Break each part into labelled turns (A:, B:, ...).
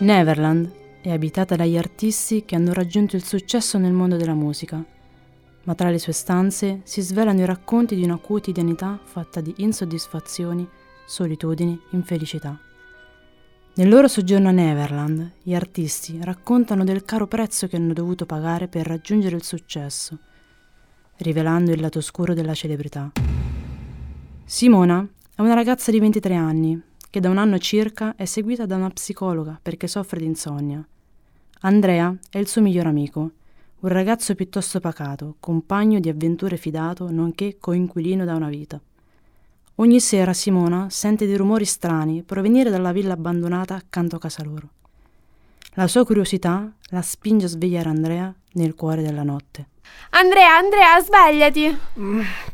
A: Neverland è abitata dagli artisti che hanno raggiunto il successo nel mondo della musica, ma tra le sue stanze si svelano i racconti di una quotidianità fatta di insoddisfazioni, solitudini, infelicità. Nel loro soggiorno a Neverland, gli artisti raccontano del caro prezzo che hanno dovuto pagare per raggiungere il successo, rivelando il lato oscuro della celebrità. Simona è una ragazza di 23 anni che da un anno circa è seguita da una psicologa perché soffre di insonnia. Andrea è il suo miglior amico, un ragazzo piuttosto pacato, compagno di avventure fidato, nonché coinquilino da una vita. Ogni sera Simona sente dei rumori strani provenire dalla villa abbandonata accanto a casa loro. La sua curiosità la spinge a svegliare Andrea nel cuore della notte.
B: Andrea, Andrea, svegliati!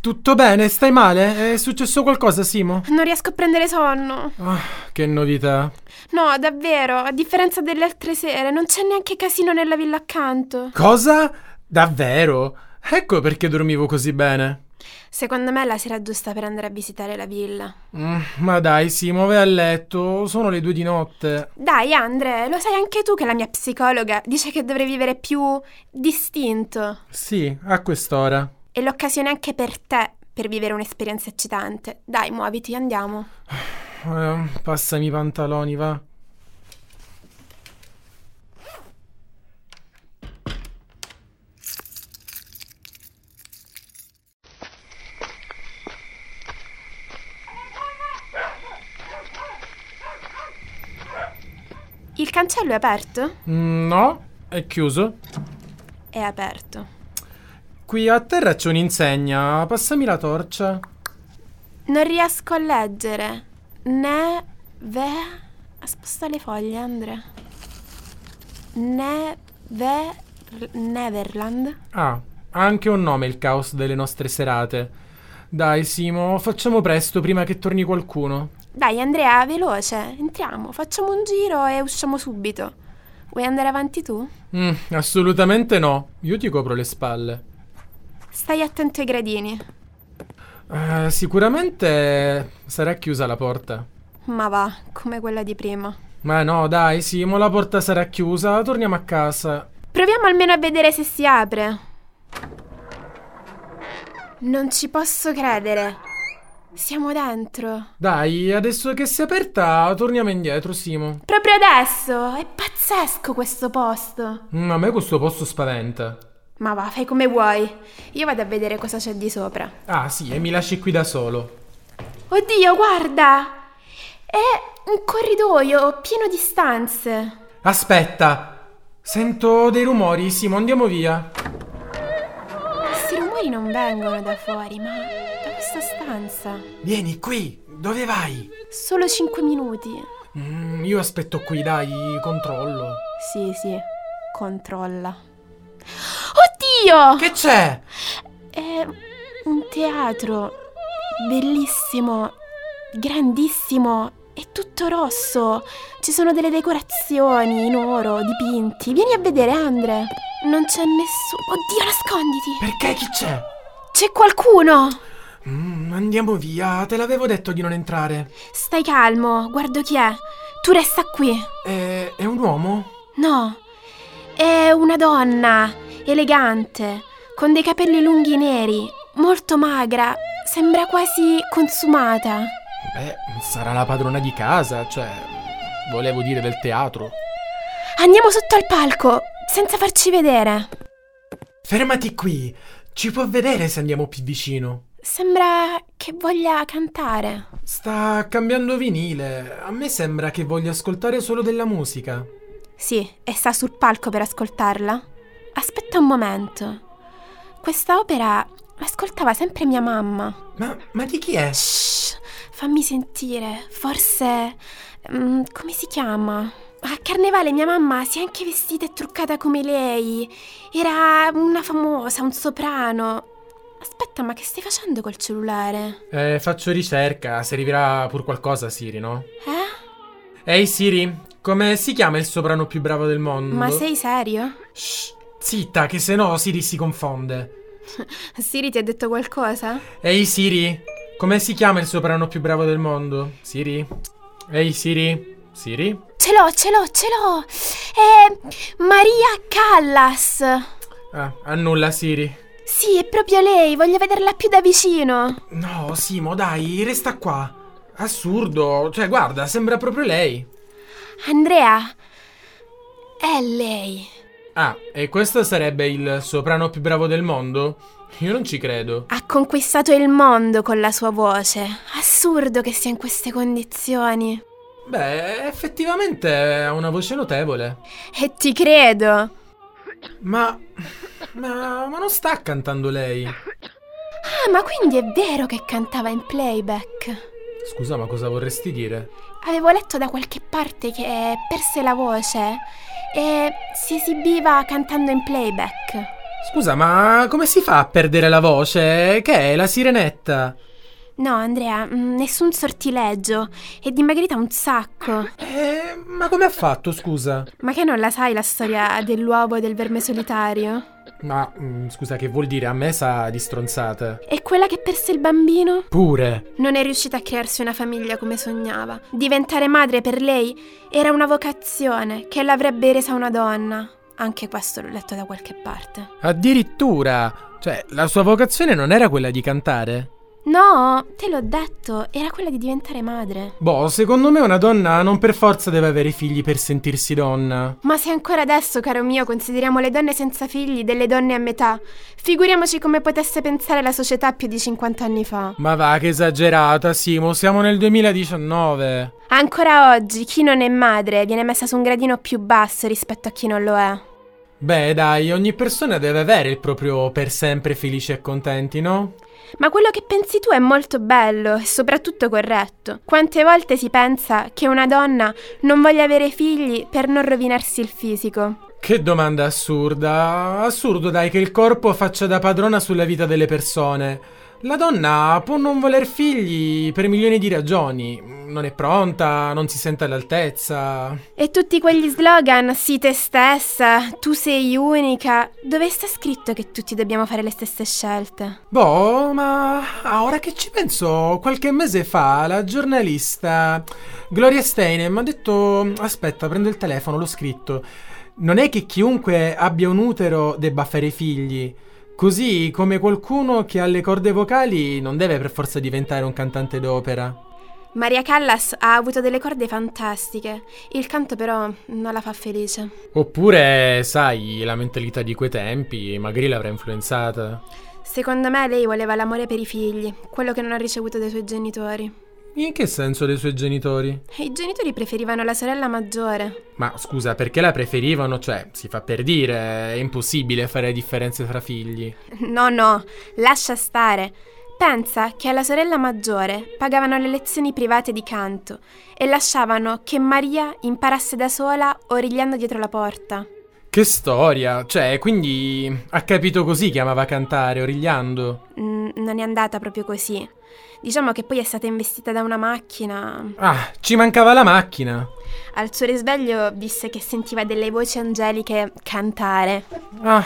C: Tutto bene? Stai male? È successo qualcosa, Simo?
B: Non riesco a prendere sonno.
C: Ah, che novità.
B: No, davvero, a differenza delle altre sere, non c'è neanche casino nella villa accanto.
C: Cosa? Davvero? Ecco perché dormivo così bene.
B: Secondo me è la sera giusta per andare a visitare la villa.
C: Mm, ma dai, Simo, vai a letto. Sono le due di notte.
B: Dai, Andre, lo sai anche tu che la mia psicologa dice che dovrei vivere più distinto.
C: Sì, a quest'ora.
B: È l'occasione anche per te per vivere un'esperienza eccitante. Dai, muoviti, andiamo.
C: Eh, passami i pantaloni, va.
B: Il cancello è aperto?
C: Mm, No, è chiuso.
B: È aperto.
C: Qui a terra c'è un'insegna. Passami la torcia.
B: Non riesco a leggere. Ne ve. Sposta le foglie, Andre. Ne ve. Neverland.
C: Ah, ha anche un nome il caos delle nostre serate. Dai, Simo, facciamo presto prima che torni qualcuno.
B: Dai, Andrea, veloce, entriamo, facciamo un giro e usciamo subito. Vuoi andare avanti tu?
C: Mm, assolutamente no. Io ti copro le spalle.
B: Stai attento ai gradini.
C: Eh, sicuramente sarà chiusa la porta.
B: Ma va, come quella di prima.
C: Ma no, dai, Simo, la porta sarà chiusa, torniamo a casa.
B: Proviamo almeno a vedere se si apre. Non ci posso credere. Siamo dentro.
C: Dai, adesso che si è aperta, torniamo indietro, Simo.
B: Proprio adesso! È pazzesco questo posto!
C: Mm, a me questo posto spaventa.
B: Ma va, fai come vuoi. Io vado a vedere cosa c'è di sopra.
C: Ah, sì, e mi lasci qui da solo.
B: Oddio, guarda! È un corridoio pieno di stanze.
C: Aspetta! Sento dei rumori, Simo, andiamo via.
B: Questi rumori non vengono da fuori, ma da questa stanza.
C: Vieni qui, dove vai?
B: Solo 5 minuti.
C: Mm, io aspetto qui, dai, controllo.
B: Sì, sì, controlla. Oddio!
C: Che c'è?
B: È un teatro bellissimo, grandissimo, è tutto rosso. Ci sono delle decorazioni in oro, dipinti. Vieni a vedere, Andre. Non c'è nessuno. Oddio, nasconditi!
C: Perché chi c'è?
B: C'è qualcuno!
C: Mm, andiamo via, te l'avevo detto di non entrare.
B: Stai calmo, guardo chi è. Tu resta qui.
C: È, è un uomo?
B: No, è una donna, elegante, con dei capelli lunghi neri, molto magra, sembra quasi consumata.
C: Beh, sarà la padrona di casa, cioè. Volevo dire del teatro.
B: Andiamo sotto al palco, senza farci vedere.
C: Fermati qui, ci può vedere se andiamo più vicino.
B: Sembra che voglia cantare.
C: Sta cambiando vinile. A me sembra che voglia ascoltare solo della musica.
B: Sì, e sta sul palco per ascoltarla. Aspetta un momento. Questa opera l'ascoltava sempre mia mamma.
C: Ma, ma di chi è?
B: Shh, fammi sentire. Forse... mm, come si chiama? A carnevale mia mamma si è anche vestita e truccata come lei. Era una famosa, un soprano. Aspetta, ma che stai facendo col cellulare?
C: Eh, faccio ricerca, servirà pur qualcosa Siri, no?
B: Eh?
C: Ehi Siri, come si chiama il soprano più bravo del mondo?
B: Ma sei serio?
C: Shh, zitta, che se no Siri si confonde.
B: Siri ti ha detto qualcosa?
C: Ehi Siri, come si chiama il soprano più bravo del mondo? Siri? Ehi Siri? Siri?
B: Ce l'ho, ce l'ho, ce l'ho! È Maria Callas!
C: Ah, annulla Siri.
B: Sì, è proprio lei, voglio vederla più da vicino!
C: No, Simo, dai, resta qua. Assurdo, cioè guarda, sembra proprio lei.
B: Andrea! È lei!
C: Ah, e questo sarebbe il soprano più bravo del mondo? Io non ci credo.
B: Ha conquistato il mondo con la sua voce. Assurdo che sia in queste condizioni.
C: Beh, effettivamente ha una voce notevole.
B: E ti credo.
C: Ma, ma, ma non sta cantando lei.
B: Ah, ma quindi è vero che cantava in playback.
C: Scusa, ma cosa vorresti dire?
B: Avevo letto da qualche parte che perse la voce e si esibiva cantando in playback.
C: Scusa, ma come si fa a perdere la voce? Che è la sirenetta?
B: No, Andrea, mm, nessun sortileggio. È dimagrita un sacco.
C: Eh, ma come ha fatto, scusa?
B: Ma che non la sai la storia dell'uovo e del verme solitario?
C: Ma, mm, scusa, che vuol dire? A me sa di stronzate.
B: E quella che perse il bambino?
C: Pure.
B: Non è riuscita a crearsi una famiglia come sognava. Diventare madre per lei era una vocazione che l'avrebbe resa una donna. Anche questo l'ho letto da qualche parte.
C: Addirittura. Cioè, la sua vocazione non era quella di cantare?
B: No, te l'ho detto, era quella di diventare madre.
C: Boh, secondo me una donna non per forza deve avere figli per sentirsi donna.
B: Ma se ancora adesso, caro mio, consideriamo le donne senza figli delle donne a metà, figuriamoci come potesse pensare la società più di 50 anni fa.
C: Ma va, che esagerata, Simo, siamo nel 2019.
B: Ancora oggi chi non è madre viene messa su un gradino più basso rispetto a chi non lo è.
C: Beh, dai, ogni persona deve avere il proprio per sempre felici e contenti, no?
B: Ma quello che pensi tu è molto bello e soprattutto corretto. Quante volte si pensa che una donna non voglia avere figli per non rovinarsi il fisico?
C: Che domanda assurda. Assurdo, dai, che il corpo faccia da padrona sulla vita delle persone. La donna può non voler figli per milioni di ragioni. Non è pronta, non si sente all'altezza.
B: E tutti quegli slogan, sii te stessa, tu sei unica, dove sta scritto che tutti dobbiamo fare le stesse scelte?
C: Boh, ma ah, ora che ci penso, qualche mese fa la giornalista Gloria Steinem ha detto: Aspetta, prendo il telefono, l'ho scritto. Non è che chiunque abbia un utero debba fare figli. Così come qualcuno che ha le corde vocali non deve per forza diventare un cantante d'opera.
B: Maria Callas ha avuto delle corde fantastiche, il canto però non la fa felice.
C: Oppure, sai, la mentalità di quei tempi magari l'avrà influenzata.
B: Secondo me lei voleva l'amore per i figli, quello che non ha ricevuto dai suoi genitori.
C: In che senso dei suoi genitori?
B: E i genitori preferivano la sorella maggiore.
C: Ma scusa, perché la preferivano? Cioè, si fa per dire, è impossibile fare differenze tra figli.
B: No, no, lascia stare. Pensa che alla sorella maggiore pagavano le lezioni private di canto e lasciavano che Maria imparasse da sola origliando dietro la porta.
C: Che storia! Cioè, quindi ha capito così che amava cantare, origliando.
B: Mm, non è andata proprio così. Diciamo che poi è stata investita da una macchina.
C: Ah, ci mancava la macchina.
B: Al suo risveglio disse che sentiva delle voci angeliche cantare.
C: Ah,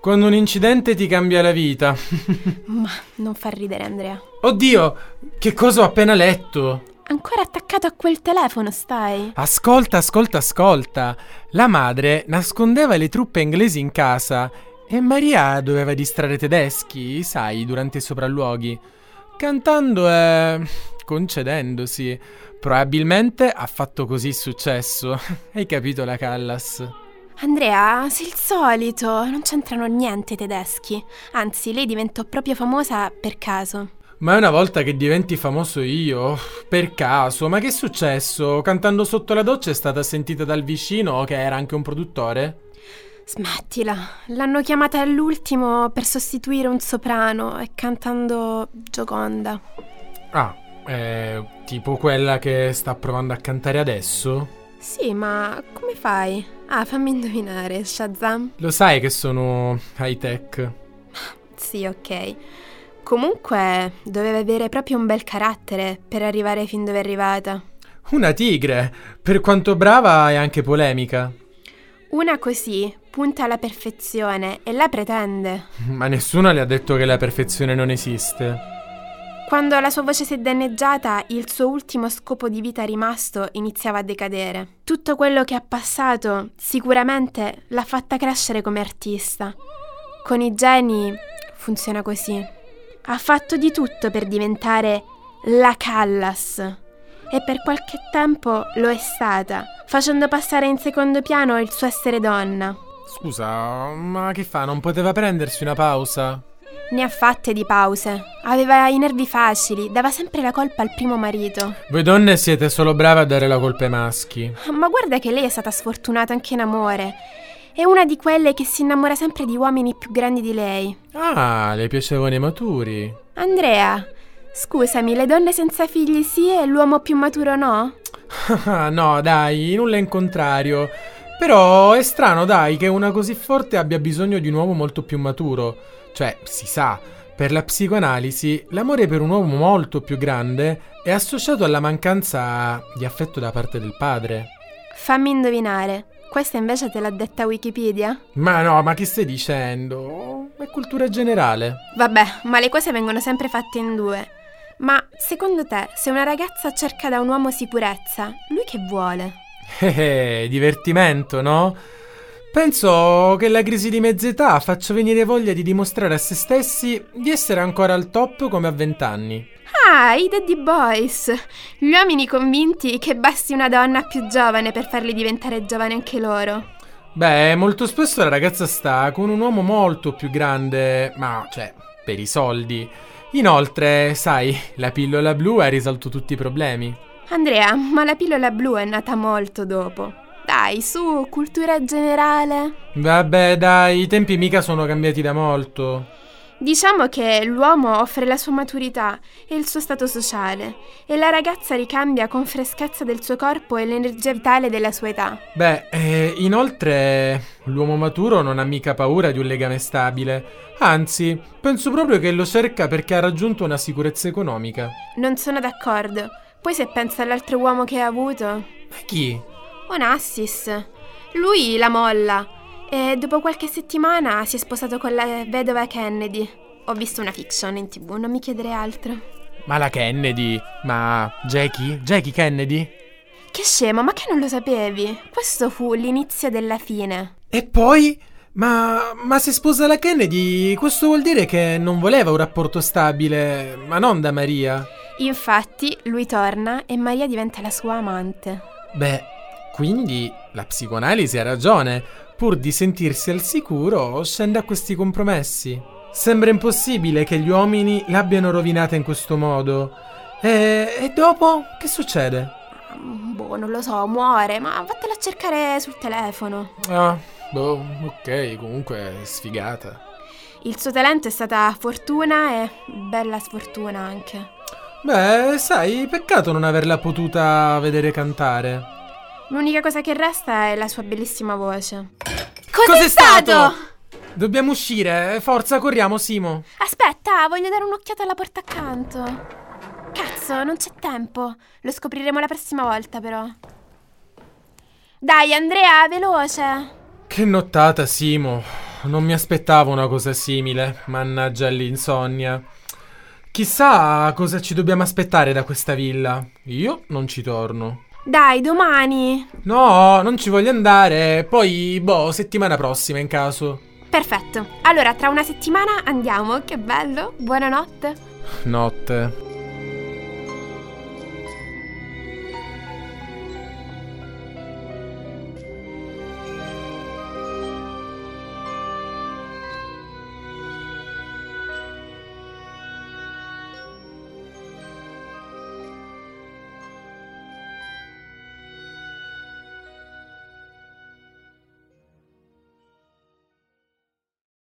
C: quando un incidente ti cambia la vita.
B: Ma non far ridere, Andrea.
C: Oddio, che cosa ho appena letto?
B: Ancora attaccato a quel telefono stai?
C: Ascolta, ascolta, ascolta. La madre nascondeva le truppe inglesi in casa e Maria doveva distrarre i tedeschi, sai, durante i sopralluoghi. Cantando e concedendosi. Probabilmente ha fatto così successo. Hai capito la Callas?
B: Andrea, sei il solito, non c'entrano niente i tedeschi. Anzi, lei diventò proprio famosa per caso.
C: Ma una volta che diventi famoso io, per caso, ma che è successo? Cantando sotto la doccia è stata sentita dal vicino che era anche un produttore?
B: Smettila, l'hanno chiamata all'ultimo per sostituire un soprano e cantando Gioconda.
C: Ah, eh, tipo quella che sta provando a cantare adesso?
B: Sì, ma come fai? Ah, fammi indovinare, Shazam.
C: Lo sai che sono high tech?
B: Sì, ok. Comunque, doveva avere proprio un bel carattere per arrivare fin dove è arrivata.
C: Una tigre, per quanto brava è anche polemica.
B: Una così punta alla perfezione e la pretende.
C: Ma nessuno le ha detto che la perfezione non esiste.
B: Quando la sua voce si è danneggiata, il suo ultimo scopo di vita rimasto iniziava a decadere. Tutto quello che ha passato sicuramente l'ha fatta crescere come artista. Con i geni funziona così. Ha fatto di tutto per diventare la Callas e per qualche tempo lo è stata, facendo passare in secondo piano il suo essere donna.
C: Scusa, ma che fa? Non poteva prendersi una pausa?
B: Ne ha fatte di pause. Aveva i nervi facili, dava sempre la colpa al primo marito.
C: Voi donne siete solo brave a dare la colpa ai maschi.
B: Ah, Ma guarda che lei è stata sfortunata anche in amore. È una di quelle che si innamora sempre di uomini più grandi di lei.
C: Ah, le piacevano i maturi.
B: Andrea, scusami, le donne senza figli sì e l'uomo più maturo no?
C: Ah, no, dai, nulla in contrario. Però è strano, dai, che una così forte abbia bisogno di un uomo molto più maturo. Cioè, si sa, per la psicoanalisi, l'amore per un uomo molto più grande è associato alla mancanza di affetto da parte del padre.
B: Fammi indovinare. Questa invece te l'ha detta Wikipedia?
C: Ma no, ma che stai dicendo? È cultura generale.
B: Vabbè, ma le cose vengono sempre fatte in due. Ma secondo te, se una ragazza cerca da un uomo sicurezza, lui che vuole?
C: Eh, eh, divertimento, no? Penso che la crisi di mezz'età faccia venire voglia di dimostrare a se stessi di essere ancora al top come a vent'anni.
B: Ah, i daddy boys! Gli uomini convinti che basti una donna più giovane per farli diventare giovani anche loro.
C: Beh, molto spesso la ragazza sta con un uomo molto più grande, ma cioè, per i soldi. Inoltre, sai, la pillola blu ha risolto tutti i problemi.
B: Andrea, ma la pillola blu è nata molto dopo. Dai, su, cultura generale.
C: Vabbè, dai, i tempi mica sono cambiati da molto.
B: Diciamo che l'uomo offre la sua maturità e il suo stato sociale, e la ragazza ricambia con freschezza del suo corpo e l'energia vitale della sua età.
C: Beh, eh, inoltre l'uomo maturo non ha mica paura di un legame stabile, anzi, penso proprio che lo cerca perché ha raggiunto una sicurezza economica.
B: Non sono d'accordo. Poi se pensa all'altro uomo che ha avuto,
C: Ma chi?
B: Onassis. Lui la molla. E dopo qualche settimana si è sposato con la vedova Kennedy. Ho visto una fiction in tv, non mi chiedere altro.
C: Ma la Kennedy? Ma Jackie? Jackie Kennedy?
B: Che scemo, ma che non lo sapevi? Questo fu l'inizio della fine.
C: E poi? Ma, ma se sposa la Kennedy, questo vuol dire che non voleva un rapporto stabile, ma non da Maria.
B: Infatti, lui torna e Maria diventa la sua amante.
C: Beh, quindi la psicoanalisi ha ragione. Pur di sentirsi al sicuro, scende a questi compromessi. Sembra impossibile che gli uomini l'abbiano rovinata in questo modo. E, e dopo che succede?
B: Mm, Boh, non lo so, muore, ma vattela a cercare sul telefono.
C: Ah, boh, ok, comunque è sfigata.
B: Il suo talento è stata fortuna e bella sfortuna anche.
C: Beh, sai, peccato non averla potuta vedere cantare.
B: L'unica cosa che resta è la sua bellissima voce.
C: Cos'è stato? Dobbiamo uscire, eh? forza, corriamo, Simo.
B: Aspetta, voglio dare un'occhiata alla porta accanto. Cazzo, non c'è tempo. Lo scopriremo la prossima volta, però. Dai, Andrea, veloce.
C: Che nottata, Simo. Non mi aspettavo una cosa simile. Mannaggia l'insonnia. Chissà cosa ci dobbiamo aspettare da questa villa. Io non ci torno.
B: Dai, domani.
C: No, non ci voglio andare. Poi, boh, settimana prossima in caso.
B: Perfetto. Allora, tra una settimana andiamo. Che bello. Buonanotte.
C: Notte.